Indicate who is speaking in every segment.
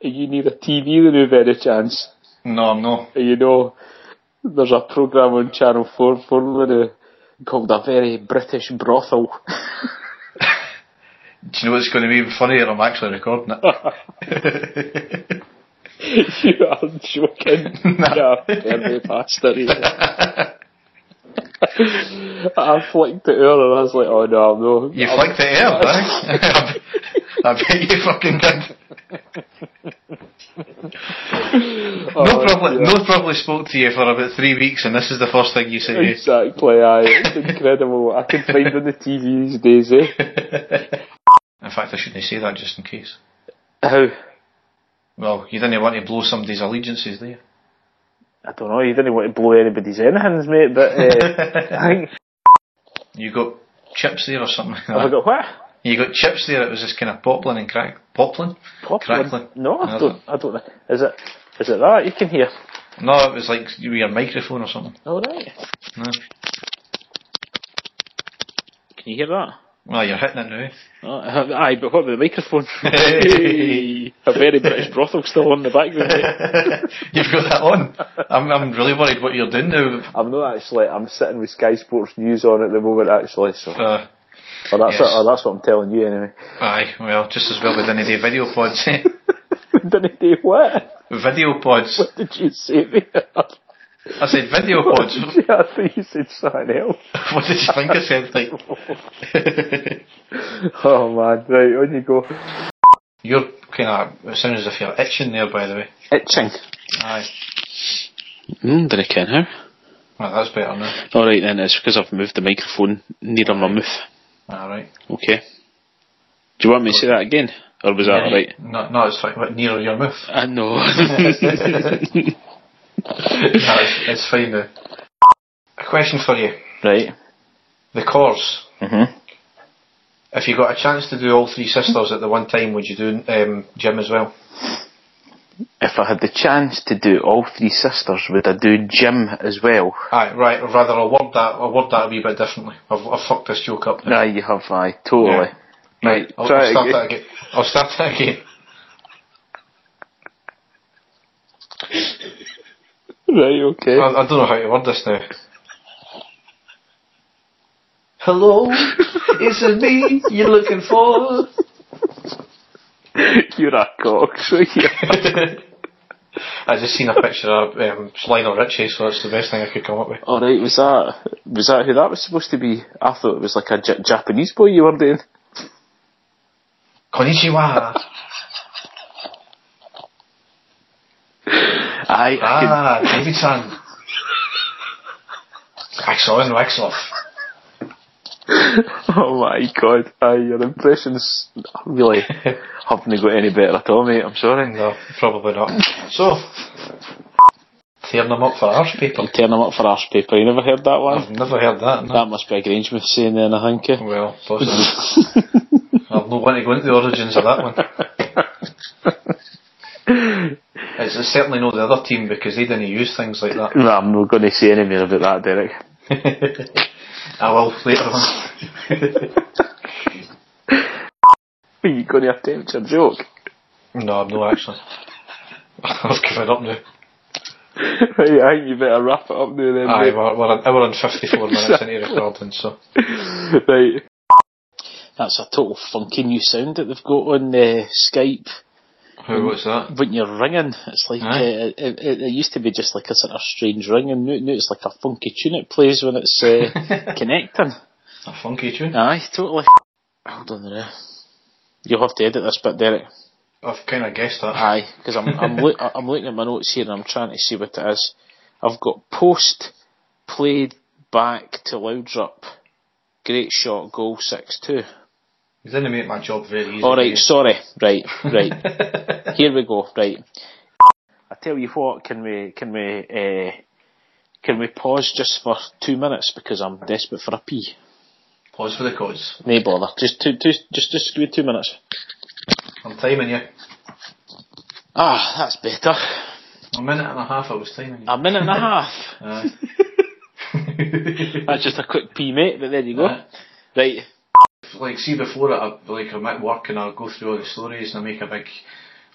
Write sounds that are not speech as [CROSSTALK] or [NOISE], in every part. Speaker 1: you need a TV the new any chance?
Speaker 2: No, I'm not.
Speaker 1: You know, there's a programme on Channel 4 for me now called A Very British Brothel. [LAUGHS]
Speaker 2: Do you know what's going to be even funnier? I'm actually recording
Speaker 1: [LAUGHS]
Speaker 2: it.
Speaker 1: you are joking.
Speaker 2: [LAUGHS] No.
Speaker 1: Yeah, very bastard. [LAUGHS] I flicked it over and I was like, oh no, no.
Speaker 2: you flicked the air, right? [LAUGHS] I bet you fucking did.
Speaker 1: [LAUGHS] Oh,
Speaker 2: No probably,
Speaker 1: yeah.
Speaker 2: no probably spoke to you for about three weeks, and this is the first thing you say.
Speaker 1: [LAUGHS] Exactly, aye. It's incredible what I can find on the TV these days, eh?
Speaker 2: In fact, I shouldn't say that just in case.
Speaker 1: How?
Speaker 2: Well, you didn't want to blow somebody's allegiances, there.
Speaker 1: I don't know, you didn't want to blow anybody's anythings, mate, but [LAUGHS] uh, I think.
Speaker 2: [LAUGHS] You got chips there or something like
Speaker 1: Have I
Speaker 2: that.
Speaker 1: got what?
Speaker 2: You got chips there. It was this kind of poplin and crack poplin.
Speaker 1: Popcorn?
Speaker 2: Crackling.
Speaker 1: No, I
Speaker 2: No,
Speaker 1: don't. I don't. Is it? Is it that you can hear?
Speaker 2: No, it was like you- your microphone or something.
Speaker 1: All right.
Speaker 2: No.
Speaker 1: Can you hear that?
Speaker 2: Well, you're hitting it now.
Speaker 1: Oh, aye, but what about the [LAUGHS] microphone?
Speaker 2: Hey.
Speaker 1: A very British brothel still on the background. mate.
Speaker 2: [LAUGHS] You've got that on. I'm, I'm really worried what you're doing now.
Speaker 1: I'm not actually. I'm sitting with Sky Sports News on at the moment, actually. So, or
Speaker 2: Uh,
Speaker 1: that's
Speaker 2: yes.
Speaker 1: or that's what I'm telling you anyway. [LAUGHS]
Speaker 2: aye, well, just as well with any day video pods. eh? [LAUGHS]
Speaker 1: Didn't he? What?
Speaker 2: video pods.
Speaker 1: What did you say there?
Speaker 2: I said video pods. [LAUGHS]
Speaker 1: yeah, [LAUGHS] I think you said something else. [LAUGHS]
Speaker 2: what did you think I said? Like, [LAUGHS]
Speaker 1: Oh man, right on you go.
Speaker 2: you're kind of. It sounds as if you're itching there, by the way.
Speaker 3: Itching.
Speaker 2: Aye.
Speaker 3: Mm, did I ken her?
Speaker 2: Well, that's better now.
Speaker 3: Alright then, it's because I've moved the microphone nearer my mouth.
Speaker 2: All right.
Speaker 3: Okay. Do you want me to say that again? Or was that right?
Speaker 2: No, no, it's like what, nearer
Speaker 3: [LAUGHS]
Speaker 2: your mouth.
Speaker 3: I know.
Speaker 2: No, it's, it's fine now. A question for you.
Speaker 3: right.
Speaker 2: The course.
Speaker 3: Mhm.
Speaker 2: If you got a chance to do all three sisters at the one time, would you do um, Jim as well?
Speaker 3: If I had the chance to do all three sisters, would I do Jim as well?
Speaker 2: Aye, right. Or rather, I'll word that. I'll word that a wee bit differently. I've, I've fucked this joke up. Now.
Speaker 3: Aye, you have, aye, totally. Right,
Speaker 2: I'll,
Speaker 3: try
Speaker 2: I'll
Speaker 3: it
Speaker 2: start
Speaker 3: again.
Speaker 2: that again. I'll start that again.
Speaker 1: Right, okay.
Speaker 2: I, I don't know how to word this now. Hello, it's a me you're looking for.
Speaker 3: [LAUGHS]
Speaker 1: You're a cock, so yeah.
Speaker 2: [LAUGHS] I just seen a picture of um, Lionel Richie, so that's the best thing I could come up with.
Speaker 1: All right, was that was that who that was supposed to be? I thought it was like a J- Japanese boy you were doing.
Speaker 2: [LAUGHS] Konnichiwa.
Speaker 3: Aye, I could
Speaker 2: Ah, David-san. Wax on, wax off.
Speaker 1: [LAUGHS] Oh my god, aye, your impressions
Speaker 3: [LAUGHS]
Speaker 1: really haven't got any better at all, mate. I'm sorry.
Speaker 2: No, probably not. So, tearing them up for arse people.
Speaker 3: turn them up for arse paper. You never heard that one?
Speaker 2: I've never heard that. No.
Speaker 3: That must be a Grangemouth saying then, I think.
Speaker 1: [LAUGHS]
Speaker 3: eh?
Speaker 2: Well, possibly. I'll not want to go into the origins of that one. It's certainly not the other team because they didn't use things like [LAUGHS] that.
Speaker 3: No, I'm not going to say any more about that, Derek.
Speaker 2: I will later on.
Speaker 1: Are you going to attempt your joke? [LAUGHS]
Speaker 2: No, I'm not actually. [LAUGHS] I've given up now.
Speaker 1: Right, I think you better wrap it up now then.
Speaker 2: Aye,
Speaker 1: mate.
Speaker 2: we're, we're an hour
Speaker 3: [LAUGHS]
Speaker 2: and 54 minutes into recording, so.
Speaker 1: [LAUGHS] Right.
Speaker 3: That's a total funky new sound that they've got on uh, Skype Hmm.
Speaker 2: Who was that?
Speaker 3: when you're ringing. It's like uh,
Speaker 2: Aye.
Speaker 3: it, it, it used to be just like a sort of strange ring, and now, now it's like a funky tune it plays when it's uh,
Speaker 2: [LAUGHS]
Speaker 3: connecting.
Speaker 2: A funky tune.
Speaker 3: Aye, totally. Hold on there. You'll have to edit this bit, Derek.
Speaker 2: I've kind of guessed that.
Speaker 3: Aye, because I'm I'm,
Speaker 2: [LAUGHS]
Speaker 3: loo- I'm looking at my notes here and I'm trying to see what it is. I've got post played back to Loudrup. Great shot, goal six two.
Speaker 2: You didn't make my job very easy.
Speaker 3: All right,
Speaker 2: did
Speaker 3: sorry. Right, right. Here we go. Right. I tell you what, can we can we uh, can we pause just for two minutes because I'm desperate for a pee.
Speaker 2: you? [LAUGHS] Pause for the cause.
Speaker 3: No bother. Just two, two, just just give me two minutes.
Speaker 2: I'm timing you.
Speaker 3: Ah, that's better.
Speaker 2: A minute and a half I was
Speaker 4: [LAUGHS]
Speaker 2: timing you.
Speaker 3: A minute and a half.
Speaker 2: Aye.
Speaker 3: [LAUGHS] That's just a quick pee, mate. But there you go.
Speaker 4: Uh,
Speaker 2: Aye.
Speaker 3: Right.
Speaker 2: like see before it, I, like I'm at work and I'll go through all the stories and I make a big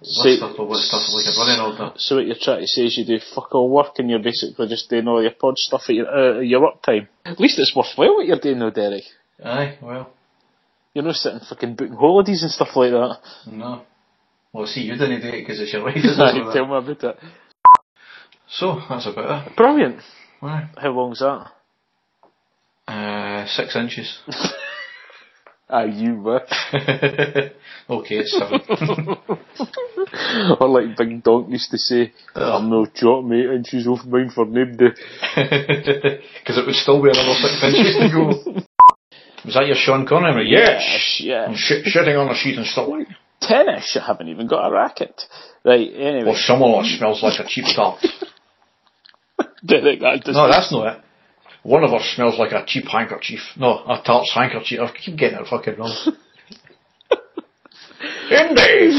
Speaker 4: What stuff or what stuff like a running order?
Speaker 3: So what you're trying to say is you do fuck all work and you're basically just doing all your pod stuff at your, uh, your work time. At least it's worthwhile what you're doing though, Derek.
Speaker 4: Aye, well,
Speaker 3: You're not sitting fucking booking holidays and stuff like that.
Speaker 4: no. Well, see, you didn't do it because it's your wife.
Speaker 3: [LAUGHS]
Speaker 4: isn't
Speaker 3: Aye,
Speaker 4: it?
Speaker 3: Tell me about it.
Speaker 4: So, that's about it.
Speaker 3: Brilliant.
Speaker 4: Aye.
Speaker 3: How long's that?
Speaker 4: Uh, six inches. [LAUGHS]
Speaker 3: Ah, you were.
Speaker 4: okay, it's seven.
Speaker 3: [LAUGHS]
Speaker 4: [LAUGHS]
Speaker 3: or like Big Donk used to say, I'm no chop mate, and she's off mine for name day.
Speaker 4: Because it would still be another six inches to go. Was that your Sean Connery?
Speaker 3: Yes,
Speaker 4: I'm
Speaker 3: yes.
Speaker 4: sh- shitting on a sheet and still like,
Speaker 3: Tennis, I haven't even got a racket. Right,
Speaker 4: well,
Speaker 3: anyway.
Speaker 4: some of us smells like a cheap tart.
Speaker 3: [LAUGHS] Derek, that does
Speaker 4: No, that's not it. One of us smells like a cheap handkerchief. No, a tart's handkerchief. I keep getting it fucking [LAUGHS] wrong. Indy!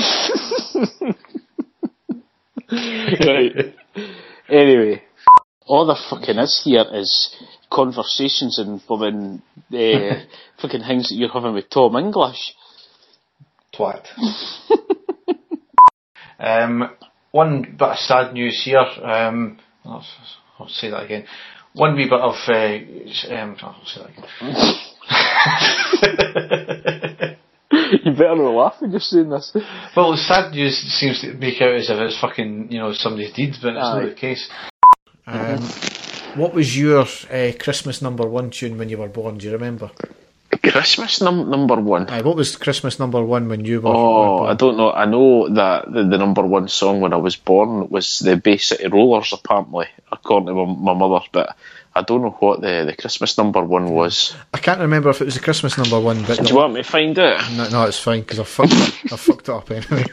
Speaker 3: right. Anyway, [LAUGHS] all there fucking is here is conversations and fucking uh, [LAUGHS] fucking things that you're having with Tom English.
Speaker 4: Twat. [LAUGHS] um, one bit of sad news here. Um, I'll, I'll say that again. One wee bit of. Uh, s- um, I'll say that again.
Speaker 3: You better not laugh when you're saying this.
Speaker 4: Well, sad news seems to make out as if it's fucking, you know, somebody's deeds, but it's
Speaker 3: Aye.
Speaker 4: not the case. Um, what was your uh, Christmas number one tune when you were born? Do you remember?
Speaker 3: Christmas num- number one.
Speaker 4: Aye, what was Christmas number one when you were, were
Speaker 3: Oh,
Speaker 4: born?
Speaker 3: I don't know. I know that the, the number one song when I was born was the Bay City Rollers, apparently, according to my, my mother. But I don't know what the, the Christmas number one was.
Speaker 2: I can't remember if it was the Christmas number one, but
Speaker 3: Do you want me to find
Speaker 2: [LAUGHS]
Speaker 3: out?
Speaker 2: no, no, it's fine because I fucked it. I fucked it up anyway.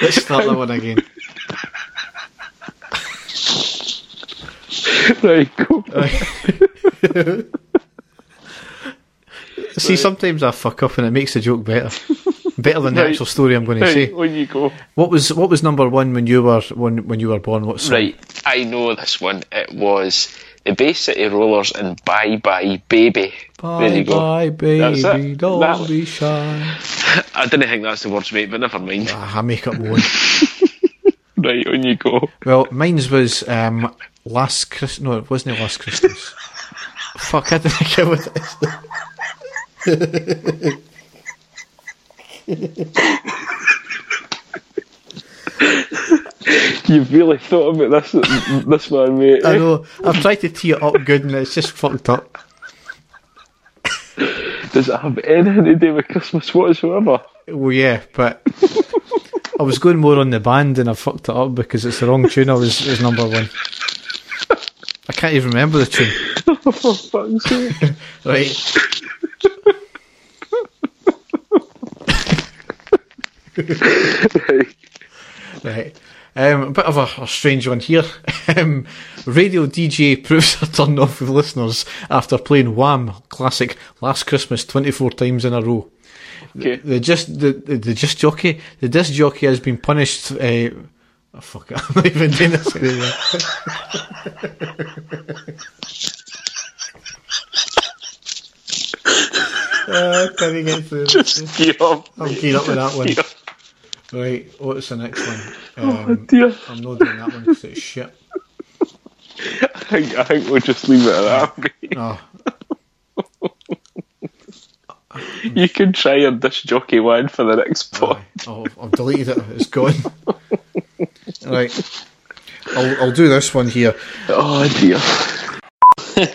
Speaker 2: Let's start that one again. [LAUGHS]
Speaker 3: [LAUGHS] Right, go.
Speaker 2: See, sometimes I fuck up and it makes the joke better, better than the
Speaker 3: Right.
Speaker 2: actual story I'm going to
Speaker 3: Right,
Speaker 2: say.
Speaker 3: on you go.
Speaker 2: What was what was number one when you were when when you were born? What song?
Speaker 3: Right, I know this one. It was the Bay City Rollers and Bye Bye Baby.
Speaker 2: Bye
Speaker 3: there you go.
Speaker 2: bye,
Speaker 3: That's it.
Speaker 2: baby, don't
Speaker 3: That-
Speaker 2: be shy.
Speaker 3: I didn't think that's the words, mate, but never mind.
Speaker 2: Ah, I make up my own.
Speaker 3: Right, on you go.
Speaker 2: Well, mine's was um, last Christmas. No, it wasn't last Christmas. Fuck, I didn't get with it.
Speaker 3: You've really thought about this, this [LAUGHS] one, mate.
Speaker 2: I know. I've tried to tee it up good, and it's just fucked up.
Speaker 3: Does it have anything to do with Christmas whatsoever?
Speaker 2: Well, yeah, but I was going more on the band, and I fucked it up because it's the wrong tune. I was was number one. I can't even remember the tune.
Speaker 3: For fuck's [LAUGHS] sake.
Speaker 2: Right. Right. Um, a bit of a, a strange one here. [LAUGHS] Um, radio DJ proves [LAUGHS] a turn off with listeners after playing Wham classic Last Christmas 24 times in a row.
Speaker 3: Okay.
Speaker 2: The just the, the, the just jockey the disc jockey has been punished. Uh, oh, fuck it, [LAUGHS] I'm not even doing this anymore. uh, can we get through? this?
Speaker 3: Just give up.
Speaker 2: I'm keyed up with that one.
Speaker 3: Gear.
Speaker 2: Right, what's the next one? Um,
Speaker 3: Dear,
Speaker 2: I'm not doing that one because it's shit.
Speaker 3: I think, I think we'll just leave it at that. [LAUGHS] mate.
Speaker 2: Oh,
Speaker 3: You can try your disc jockey one for the next pod.
Speaker 2: oh, I've deleted it. It's gone. right, I'll, I'll do this one here.
Speaker 3: Oh dear.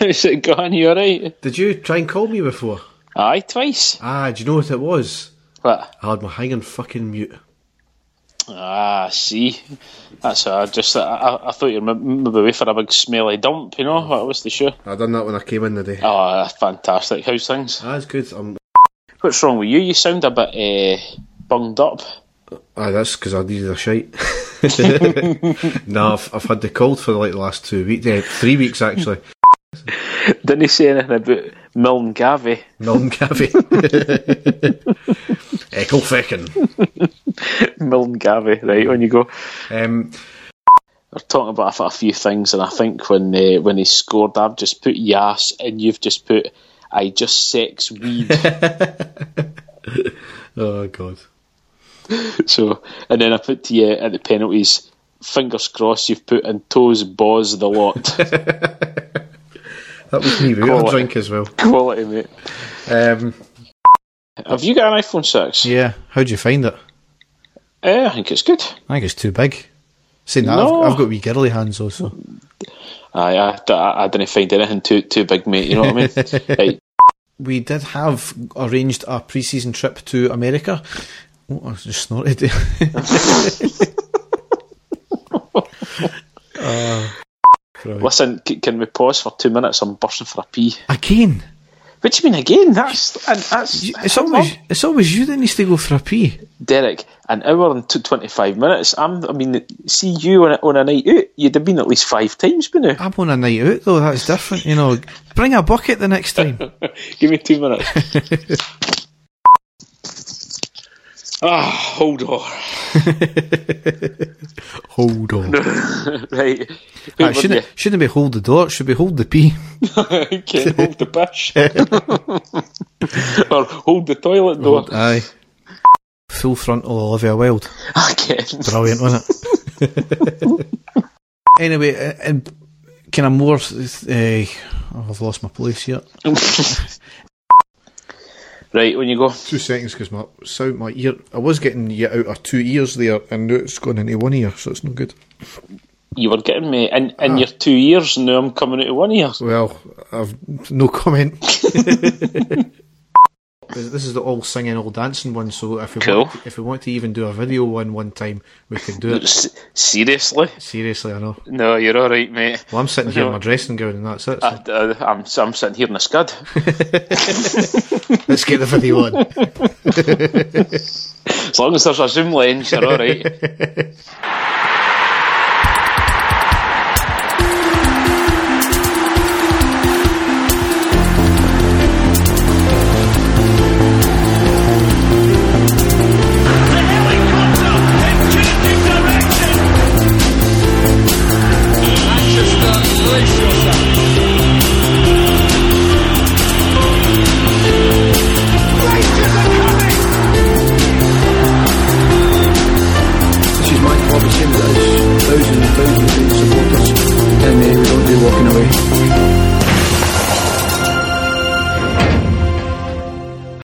Speaker 3: [LAUGHS] Is it gone? You alright?
Speaker 2: Did you try and call me before?
Speaker 3: Aye, twice.
Speaker 2: Ah, do you know what it was?
Speaker 3: What?
Speaker 2: I had my hanging fucking mute.
Speaker 3: Ah, see. That's uh, just, I, I, I thought you were m- maybe away for a big smelly dump, you know? That was the show.
Speaker 2: I done that when I came in today.
Speaker 3: Oh, fantastic. How's things?
Speaker 2: That's good. I'm,
Speaker 3: What's wrong with you? You sound a bit uh, bunged up.
Speaker 2: ah, that's because I needed a shite. [LAUGHS] no, I've, I've had the cold for like the last two weeks, eh, three weeks actually.
Speaker 3: Didn't he say anything about Milne Gavi?
Speaker 2: Milton Cafe. [LAUGHS] Echo feckin'.
Speaker 3: Milne Gavi, right, on you go.
Speaker 2: Um,
Speaker 3: they're talking about a, a few things, and I think when uh, when he scored, I've just put yes, and you've just put I just sex weed.
Speaker 2: [LAUGHS] Oh god.
Speaker 3: so, and then I put to you at the penalties. Fingers crossed, you've put in toes, boz the lot.
Speaker 2: [LAUGHS] That was me without
Speaker 3: Quality.
Speaker 2: a drink as well.
Speaker 3: Quality, mate.
Speaker 2: Um,
Speaker 3: Have you got an iPhone six?
Speaker 2: yeah, how'd you find it?
Speaker 3: Eh, I think it's good.
Speaker 2: I think it's too big. Saying that,
Speaker 3: No.
Speaker 2: I've, I've got wee girly hands also.
Speaker 3: I, I, I, I didn't find anything too too big, mate. You know what I mean?
Speaker 2: [LAUGHS]
Speaker 3: right.
Speaker 2: We did have arranged a pre-season trip to America. Oh, I just snorted. [LAUGHS] there. Oh, Christ.
Speaker 3: Listen, c- can we pause for two minutes? I'm bursting for a pee.
Speaker 2: Again,
Speaker 3: What do you mean again? That's and that's
Speaker 2: You- it's always it's always you that needs to go for a pee.
Speaker 3: Derek. An hour and t- twenty five minutes. I'm. I mean, see you on a, on a night out. You'd have been at least five times by now.
Speaker 2: I'm on a night out though. That's different, you know. Bring a bucket the next time.
Speaker 3: [LAUGHS] Give me two minutes. [LAUGHS] Ah, hold on.
Speaker 2: [LAUGHS] Hold on.
Speaker 3: [LAUGHS] right. Who
Speaker 2: Ah,
Speaker 3: were
Speaker 2: shouldn't shouldn't be hold the door. It should be hold the pee.
Speaker 3: [LAUGHS] you?
Speaker 2: [LAUGHS]
Speaker 3: Can't hold the [LAUGHS] bush. or hold the toilet door.
Speaker 2: Aye. Full frontal Olivia Wilde.
Speaker 3: I can't.
Speaker 2: Brilliant, wasn't it? anyway, uh, and kind of more. Uh, oh, I've lost my place here.
Speaker 3: [LAUGHS] right, when you go.
Speaker 2: Two seconds, because my sound, my ear. I was getting you out of two ears there, and now it's gone into one ear, so it's not good.
Speaker 3: You were getting me in,
Speaker 2: Ah.
Speaker 3: in your two years, now I'm coming out of one ear.
Speaker 2: Well, I've no comment. [LAUGHS] this is the all singing, all dancing one. So if we
Speaker 3: Cool.
Speaker 2: want, if we want to even do a video one one time, we can
Speaker 3: [LAUGHS]
Speaker 2: do it.
Speaker 3: S- seriously?
Speaker 2: Seriously, I know.
Speaker 3: No, you're alright, mate.
Speaker 2: Well, I'm sitting here in my dressing gown, and that's it. So.
Speaker 3: I, am uh, I'm sitting here in a scud.
Speaker 2: Let's get the video on.
Speaker 3: As long as there's a zoom lens, you're alright.